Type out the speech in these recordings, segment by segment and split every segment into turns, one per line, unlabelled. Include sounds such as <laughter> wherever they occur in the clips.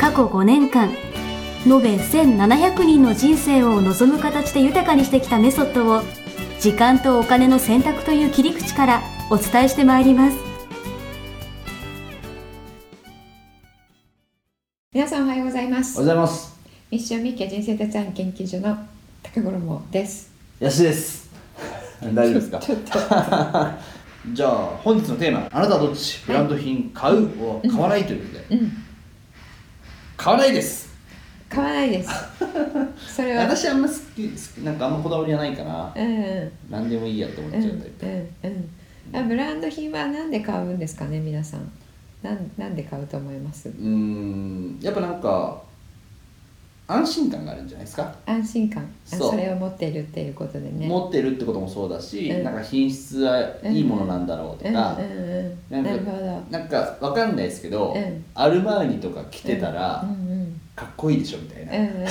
過去5年間延べ1700人の人生を望む形で豊かにしてきたメソッドを時間とお金の選択という切り口からお伝えしてまいります
皆さんおはようございま
お
す
はようございます。
ミッションミッケ人生デザイン研究所の高頃もです
安です。 <laughs> 大丈夫ですか。
ちょっと
<laughs> じゃあ本日のテーマ、あなたはどっち、ブランド品買うを買わないということで、
うん
買わないです。
買わない
<laughs>
ですそれは
私あんま好き好きなんかあんまこだわりはないかな。
うんうん
何でもいいやって思っ
う
ち
ん
ゃうタイプ。
うんうんあブランド品はなんで買うんですかね皆さんなんなんで買うと思います
うーん、やっぱなんか安心感があるんじゃないですか。
安心感あ
そう
それを持っているっていうことでね
持ってるってこともそうだし、
うん
なんか品質はいいものなんだろう
う
と
ん
か。
うんう
なんんか
なるほど
なんかわかんないですけど、
うん
アルマーニとか着てたら
うんうん
かっこいいでしょみたいな、
うんうんうんうん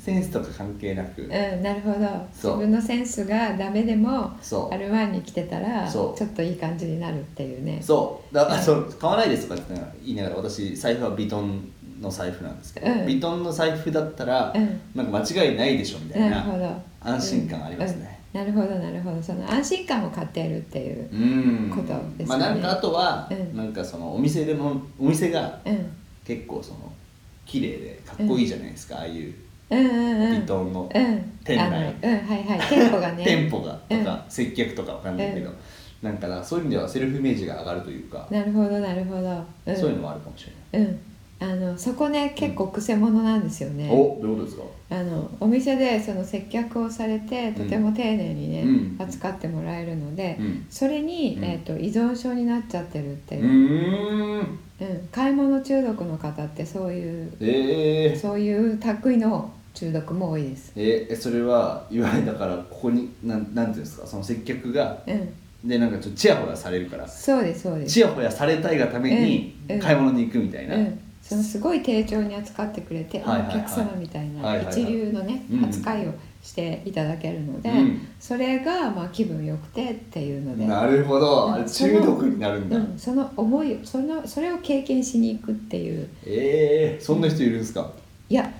センスとか関係なく、
うん、なるほど
そ
自
う
分のセンスがダメでも
そう
アルマーニ着てたらちょ
そう
っといい感じになるっていうね
そうだ
うん
そう買わないですとかって言いながら私財布はヴィトンの財布なんですけど、
うん
ヴィトンの財布だったら、
うん
なんか間違いないでしょみたい
なるほ
な
ど
安心感ありますね、
うんなるほどなるほどその安心感を買ってやるっていう
うん
ことですね
まあなんかあとは、
うん
なんかそのお店でもお店が
うん
結構その綺麗でかっこいいじゃないですか、ああいう
うんうんうん
ヴィトンの
うん
店内
あのうんはいはい店舗がね
店舗がとか、接客とかわかんないけど、
うん
なんかなそういう意味ではセルフイメージが上がるというか、
なるほどなるほど、うん、
そういうのもあるかもしれ
うんあのそこね結構くせ者なんですよね、
ない、おどういうことですか
あのお店でその接客をされてとても丁寧にね、
うん
扱ってもらえるので、
うん
それに、
うん
えー、と依存症になっちゃってるって
う
いう、
ーん
うん買い物中毒の方ってそういう
えー、
そういう類の中毒も多いです。
ええそれはいわゆるだからここになんなんていうんですかその接客が
うん、
でなんかちょっとチヤホヤされるから
そうですそうです。
チヤホヤされたいがために
うんうん
買い物に行くみたいうな、
ん、そのすごい丁重に扱ってくれて、
はいはいはい
お客様みたい
はい
な
はいはい
一流のね、
うん
扱いをしていただけるので、
うん
それがまあ気分よくてっていうので。
なるほどあ
う
れ
ん
中毒になるんだ、
うん、その思いそのそれを経験しに行くっていう
ええそんな人いるんですか
いや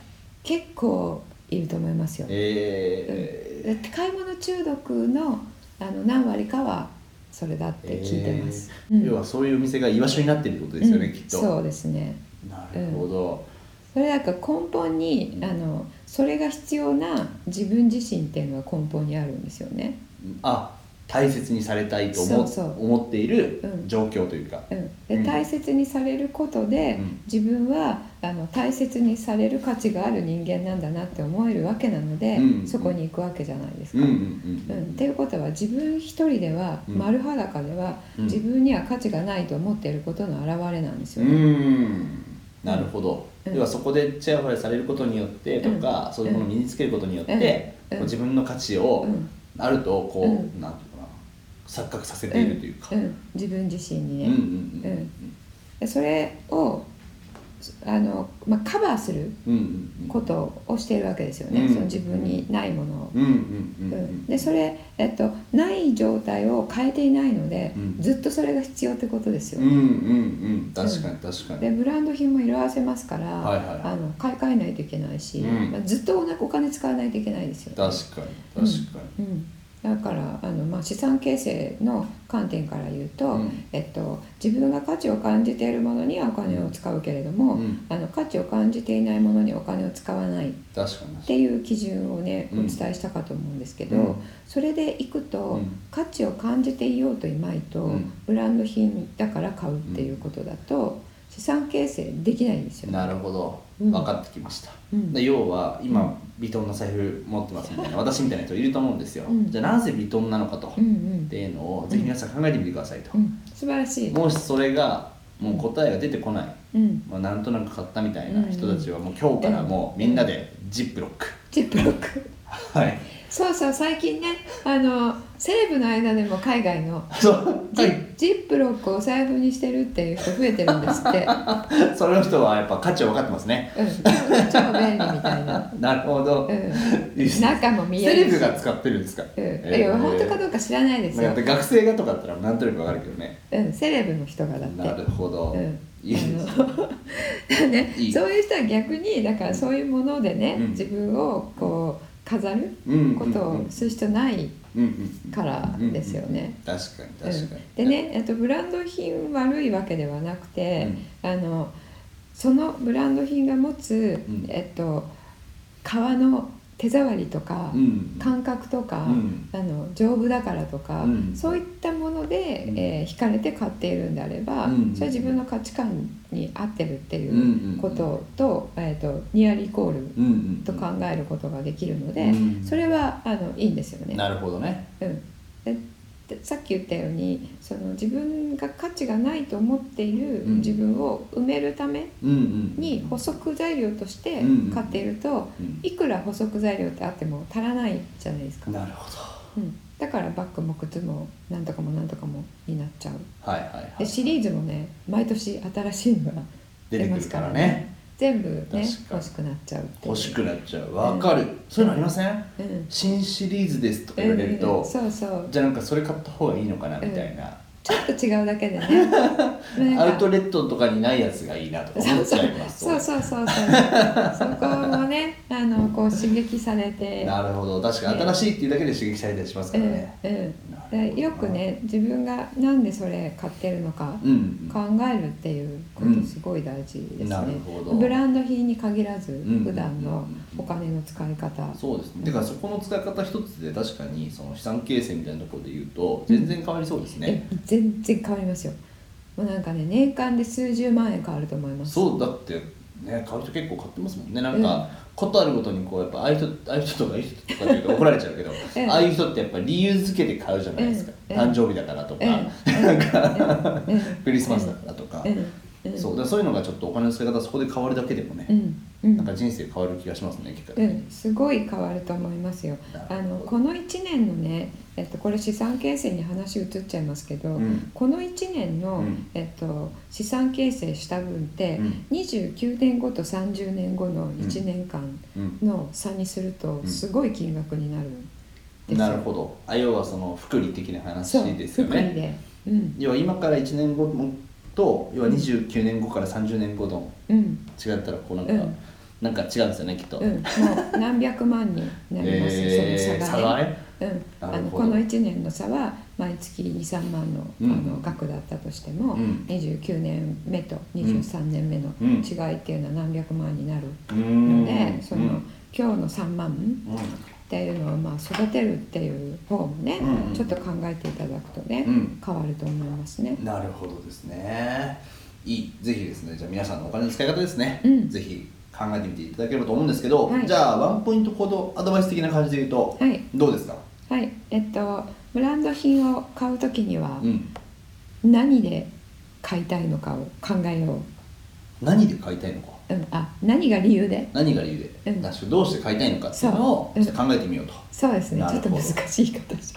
結構いると思いますよ、
え
だ
え
って買い物中毒のあの何割かはそれだって聞いてます、
ええ
うん
要はそういうお店が居場所になってるってことですよね、
うん
きっと
そうですね
なるほど、
それなんか根本に、
うん
あのそれが必要な自分自身っていうのは根本にあるんですよね
あ大切にされたいと思
そうそう
思っている
うん
状況というか、
うん、
う
で
ん
大切にされることで、
うん
自分はあの大切にされる価値がある人間なんだなって思えるわけなので、
うん
そこに行くわけじゃないです
うん
か。
うんう
うんん、っていうことは自分一人では
うん
丸裸では、
うん
自分には価値がないと思っていることの表れなんです
う
よね。
んなるほど、
うん
要はそこでチヤホヤされることによってとか、そういうものを身につけることによって、
うん
こう自分の価値を
うん
あるとこう、
う
なんていうのかな錯覚させているというか、
うんうん自分自身にね、
うんうん
でそれをあの、まあ、カバーする
うんうんうん
ことをしているわけですよね、
うん
その自分にないものを。
うんうんうん
う
うんん
でそれ、えっと、ない状態を変えていないので、
うん
ずっとそれが必要ってことですよ。
うんうんうん確かに確かに、
でブランド品も色あせますから、
はいはいはい
あの買い替えないといけないし、
うん
まあ、ずっとお金使わないといけないですよね、
確かに確かに、
うん、だからあの、まあ、資産形成の観点から言うと、
うん
えっと、自分が価値を感じているものにはお金を使うけれども、
うん
あの価値を感じていないものにお金を使わないっ
確かに
ていう基準をねお
うん
伝えしたかと思うんですけど、
うん
それでいくと、
ん
価値を感じていようといまいと、
うん
ブランド品だから買うっていうことだと、資産形成できないんですよね。
なるほど、
うん
分かってきました、
うん
で要は
うん
今ヴィトンの財布持ってますみたいな私みたいな人いると思うんですよ、
うん
じゃあなぜヴィトンなのかと、
うんう
っ
ん
ていうのをぜひ皆さん考えてみてくださいと、
うん、素晴らしい、
もしそれがもう答えが出てこな
う
い、
ん
まあ、なんとなく買ったみたいな人たちはもう今日からもうみんなでジップロック、
ジップロック
はい
そうそう最近ねあのセレブの間でも海外の
そう
ジ,、ジップロックをお財布にしてるっていう人増えてるんです
<laughs>
って、
それの人はやっぱ価値を分かってますね
うん、超便利みたいな、
なるほど、
うん、
いいですね
中も見
セ
え
レ
るし
ブが使ってるんですか、
うん
え
い
ー
や本当かどうか知らないです
まあ、や
よ
っぱ、学生がとかだったらなんとなく分かるけどね
うん、セレブの人がだって
なるほど、
うん
いいですね
あの <laughs> ね
いい
そういう人は逆にだからそういうものでね、
うん
自分をこう飾る
うん
ことをする人ない
うんうん
から
うん
ですよね。
うん確かに確かに、
うんでね、えっと、ブランド品悪いわけではなくて、あのそのブランド品が持つ、
うん
えっと、皮の手触りとか、
うん
感覚とか、
うん
あの丈夫だからとか、
うん
そういったもので、
うん
えー惹かれて買っているんであれば、
うん
それは自分の価値観に合ってるってい
ん
う
うん
うことと,、えー、とニアリコール
うんうん
と考えることができるので、
うん
それはあのいいんですよね。
なるほどね
うん、ででさっき言ったようにその自分が価値がないと思っている
うん
自分を埋めるため
うんうん
に補足材料として
うん
買っていると、
うん
いくら補足材料ってあっても足らないじゃないですか、
なるほ
うん、だからバッグも靴もなんとかもなんとかもになっちゃう
どはいはいは
で
い
シリーズもね毎年新しいのが
出
出
てく
ま
る
す
か
からら
ね
ね全部
確か
ね
に
欲しくなっちゃうっていう
欲しくなっちゃうわかる、そういうのありません
うん
新シリーズですとか言われる
うん
と、
そうそう
じゃあなんかそれ買った方がいいのかなみたいな、
ちょっと違うだけで
<laughs>
ねなんか
アウトレットとかにないやつがいいなとか思っちゃいます
そうそうそうそうそこもね
<laughs>
あのこう刺激されて
なるほど確かに
ね
新しいっていうだけで刺激されたりしますからね、
うんうん
なるほど
でよくね自分がなんでそれ買ってるのか
うんうん
考えるっていうこ
うん
とすごい大事ですね
なるほど、
ブランド品に限らず
ん
普段のお金の使い方、
そうですねてかそこの使い方一つで確かにその資産形成みたいなところで言うと全然変わりそうですね、
え全然変わりますよもうなんかね年間で数十万円変わると思います
そうだってね買う人結構買ってますもんねなんか、ことあるごとにこうやっぱああいう人ああいう人とかああいう人とかって言うと怒られちゃうけど、
うん
ああいう人ってやっぱ理由付けて買うじゃないです
う
か、
ん
誕生日だからとか、
ええ
なんか、
うん
<laughs> クリスマスだからとか、
うんうん
そうだからそういうのがちょっとお金の使い方そこで変わるだけでもね、
うんうん
なんか人生変わる気がしますね結果的
う
に
ん、すごい変わると思いますよ
なる。ほ
あのこの1年のね、えっと、これ資産形成に話移っちゃいますけど、
うん
この1年の、
うん
えっと、資産形成した分って、
うん
29年後と30年後の1年間
うん
の差にすると、
うん
すごい金額になるんですよ。
なるほどあ要はその福利的な話
そう
ですよ
福利
ね
で、うん
要は今から1年後もと要は29年後から30年後の
うん
違ったらこうなんか、
うん
なんか違うんですよねきっと、
うん、もう何百万になります、
<laughs> えー、
そ
差
の
がね
うん、
な
あ
る
の
ほど
この1年の差は毎月23万の,、
うん
あの額だったとしても、
うん
29年目と23年目の
うん
違いっていうのは何百万になる
う
の
ん
で、その、
うん
今日の3万っていうのをまあ育てるっていう方もね、
うん
ちょっと考えていただくとね、
うん
変わると思いますね。
なるほどですねいいぜひですねじゃあ皆さんのお金の使い方ですね、
うん
ぜひ考えてみていただければと思うんですけど、
はい
じゃあワンポイント行動アドバイス的な感じで言うと、
はい、
どうですか、
はい、えっとブランド品を買う時には
うん、
何で買いたいのかを考えよ
何で買いたいのか
う、うん、あ何が理由で
何が理由で、
うん
なしどうして買いたいのかっていうのを
そう
ちょっと考えてみようと、
そうですね
な
ち
る
ょ
ほ
っ
ど
と難しい形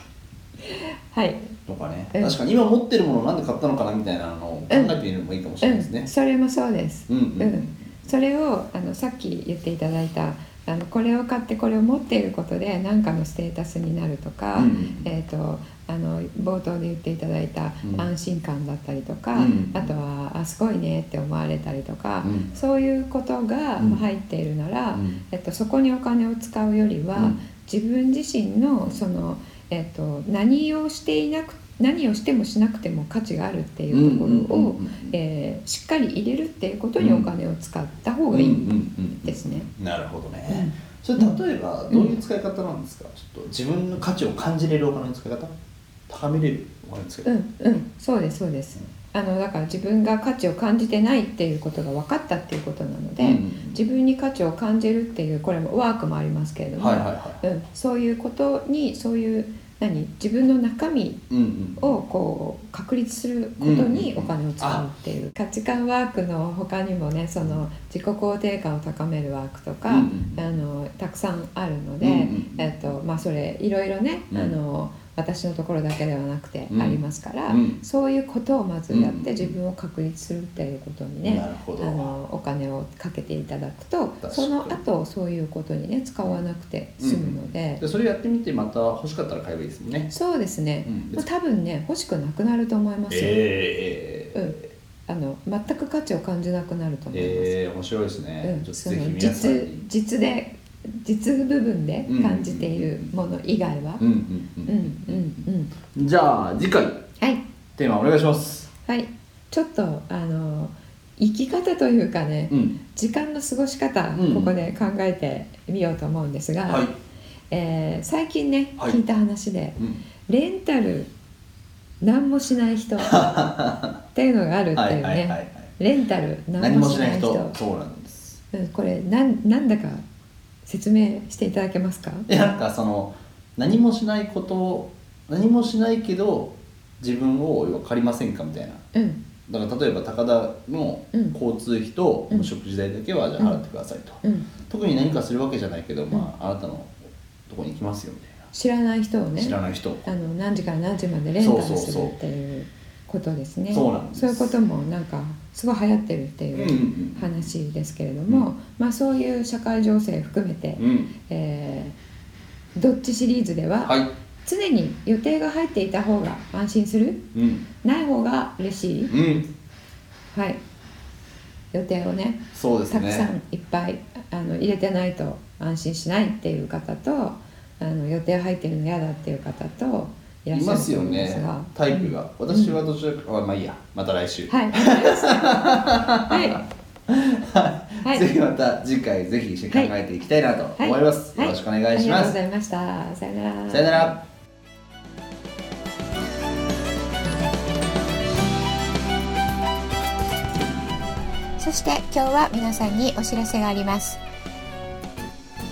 はい、
とかね
うん
確かに今持ってるものをなんで買ったのかなみたいなのを考えてみるのもいいかもしれないです
う
ね
ん、、それもそうです、
うんうん
それをあのさっき言っていただいたあのこれを買ってこれを持っていることで何かのステータスになるとか、
うんうん
えー、とあの冒頭で言っていただいた
うん
安心感だったりとか、
うん
あとはあすごいねって思われたりとか、
うん
そういうことが
うん
入っているなら、
うん
えっと、そこにお金を使うよりは、
うん
自分自身のその、えっと、何をしていなく何をしてもしなくても価値があるっていうところ
うんうんうん
を
うん
えーしっかり入れるっていうことにお金を使った方がいい
ん
ですね。
なるほどね、
うん
それ例えばどういう使い方なんですか、ちょっと自分の価値を感じれるお金の使い方高めれるお金の使い方、
うん、うん、そうですそうです。あのだから自分が価値を感じてないっていうことが分かったっていうことなので、
うんうんうん
自分に価値を感じるっていうこれもワークもありますけれども、
はいはいは
うん、そういうことにそういう
何自分の中身
うんうん
をこう確立することにお金を使うっていう、価値観ワークの他にもねその自己肯定感を高めるワークとか、
うんうん
あのたくさんあるので、
うんうんうん
えっとまあ、それいろいろね、
うん
あの私のところだけではなくて
うん
ありますから、
うん
そういうことをまずやっ
うん
て自分を確立するっていうことにね、
なるほど
あのお金をかけていただくと
かに
その後そういうことにね使わなくて済むので、
でそれやってみてまた欲しかったら買えばいいですもんね
そうですね、
うん
もう多分ね欲しくなくなると思いますよ、
え
うん
え
あの全く価値を感じなくなると思います、
ええ面白いですね、
うん、
ちょっ
そ
とぜ
の
ひ皆さ
実
んに
実で実部分で感じているもの以外は、
うん
う
うんん
うんうん、
うんじゃあ次回
はい
テーマお願いします
はいちょっとあの生き方というかね、
うん
時間の過ごし方、
うん
ここで考えてみようと思うんですが、
はい、
えー最近ね、
はい
聞いた話で
うん、
レンタル何もしない人っていうのがあるって
はいいうはいはいは
ね
い
レンタル何
何
も
も
し
し
な
ないい
人
人そうなんです
うんこれなんなんだか説明していただけますか
でなんかその何もしないことを何もしないけど自分を要は借りませんかみたいな
うん
だから例えば高田の
うん
交通費と
うん
食事代だけはじゃあ払ってくださいと、
うん
特に何かするわけじゃないけど、まあ、あなたのとこに行きますよみたいな、
知らない人をね
知らない人
あの何時から何時までレンタル
そうそう
す
そ
る
う
っていうことですね
そうなんです
そういうこともなんかすごい流行ってるって
うん
いうううん話ですけれども、
うん
まあ、そういう社会情勢含めて、
うんうん
えーどっちシリーズでは
はい
常に予定が入っていた方が安心する
うん
ない方が嬉しい、
うん
はい、予定をね
そうです
たくさん
ね
いっぱいあの入れてないと安心しないっていう方とあの予定入ってるの嫌だっていう方とい
い
らっしゃ
ま
る
す
と
よ
思うんです
ね
が
タイプが、私はどちらかあまあいいやまた来週、 <laughs>
はいわかりましたはいはい
ぜひまた次回ぜひ一緒に考えていきたいなと思います、
はい
よろしくお願いし
ありが
ま
とうご
す、
ざいましたさよなら
さよなら
そして今日は皆さんにお知らせがあります、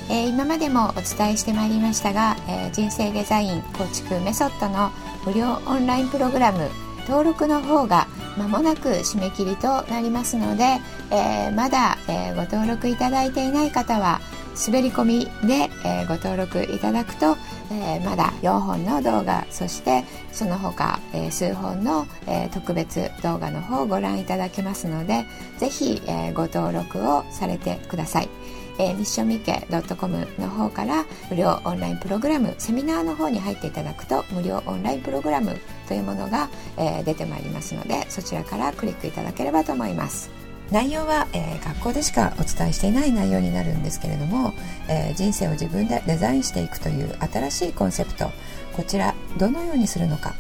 えー今までもお伝えしてまいりましたが、えー人生デザイン構築メソッドの無料オンラインプログラム登録の方が間もなく締め切りとなりますので、えーまだ、えーご登録いただいていない方は滑り込みで、えーご登録いただくと、えーまだ4本の動画そしてその他、えー数本の、えー特別動画の方をご覧いただけますのでぜひ、えーご登録をされてください。えー、ミッションミケ .com の方から無料オンラインプログラムセミナーの方に入っていただくと無料オンラインプログラムというものが、えー出てまいりますのでそちらからクリックいただければと思います内容は、えー学校でしかお伝えしていない内容になるんですけれども、えー人生を自分でデザインしていくという新しいコンセプトこちらどのようにするのか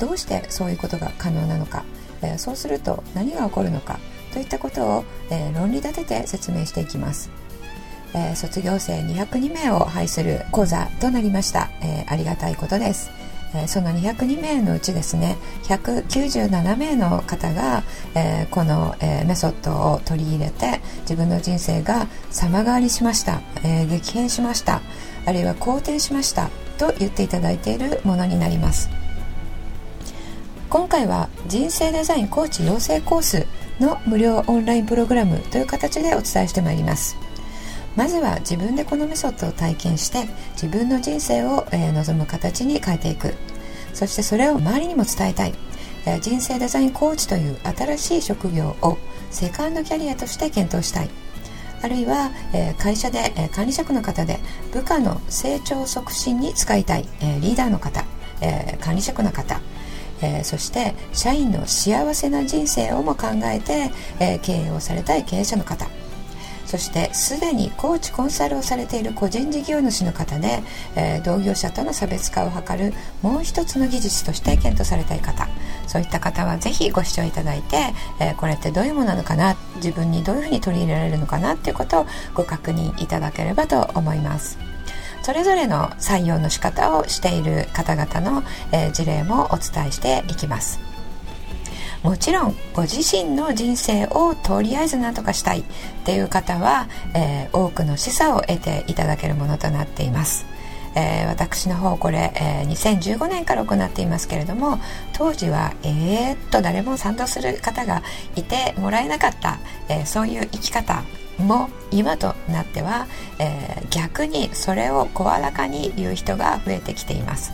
どうしてそういうことが可能なのか、えーそうすると何が起こるのかといったことを、えー論理立てて説明していきます、えー卒業生202名を配する講座となりました、えーありがたいことです、えーその202名のうちですね197名の方が、えーこの、えーメソッドを取り入れて自分の人生が様変わりしました、えー激変しましたあるいは肯定しましたと言っていただいているものになります今回は人生デザインコーチ養成コースの無料オンラインプログラムという形でお伝えしてまいりますまずは自分でこのメソッドを体験して自分の人生を、えー望む形に変えていくそしてそれを周りにも伝えたい、えー人生デザインコーチという新しい職業をセカンドキャリアとして検討したいあるいは、えー会社で、えー管理職の方で部下の成長促進に使いたい、えーリーダーの方、えー管理職の方えーそして社員の幸せな人生をも考えて、えー経営をされたい経営者の方そしてすでにコーチコンサルをされている個人事業主の方で、えー同業者との差別化を図るもう一つの技術として検討されたい方そういった方はぜひご視聴いただいて、えーこれってどういうものなのかな自分にどういうふうに取り入れられるのかなっていうことをご確認いただければと思います。それぞれの採用の仕方をしている方々の、えー事例もお伝えしていきますもちろんご自身の人生をとりあえず何とかしたいっていう方は、えー多くの示唆を得ていただけるものとなっていますええー私の方これ、えー2015年から行っていますけれども当時はえー、っと誰も賛同する方がいてもらえなかった、えーそういう生き方も今となっては、えー逆にそれを声高に言う人が増えてきています。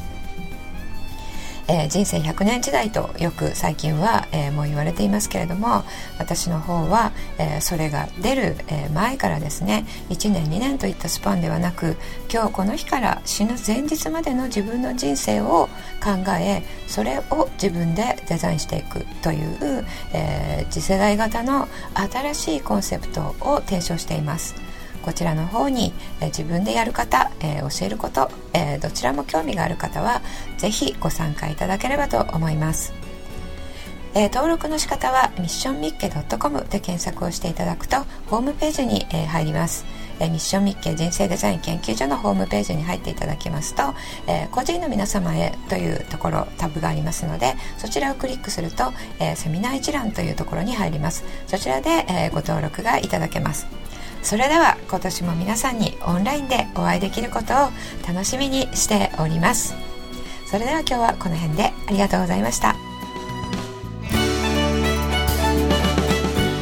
えー人生100年時代とよく最近は、えーもう言われていますけれども私の方は、えーそれが出る、えー前からですね1年2年といったスパンではなく今日この日から死ぬ前日までの自分の人生を考えそれを自分でデザインしていくという、えー次世代型の新しいコンセプトを提唱しています。こちらの方に、えー自分でやる方、えー教えること、えーどちらも興味がある方はぜひご参加いただければと思います、えー登録の仕方はミッションミッケ .com で検索をしていただくとホームページに、えー入ります、えーミッションミッケ人生デザイン研究所のホームページに入っていただきますと、えー個人の皆様へというところタブがありますのでそちらをクリックすると、えーセミナー一覧というところに入りますそちらで、えーご登録がいただけますそれでは今年も皆さんにオンラインでお会いできることを楽しみにしておりますそれでは今日はこの辺でありがとうございました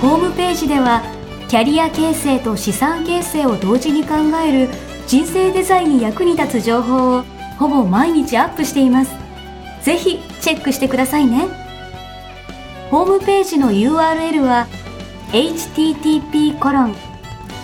ホームページではキャリア形成と資産形成を同時に考える人生デザインに役に立つ情報をほぼ毎日アップしていますぜひチェックしてくださいねホームページの URL は http コロン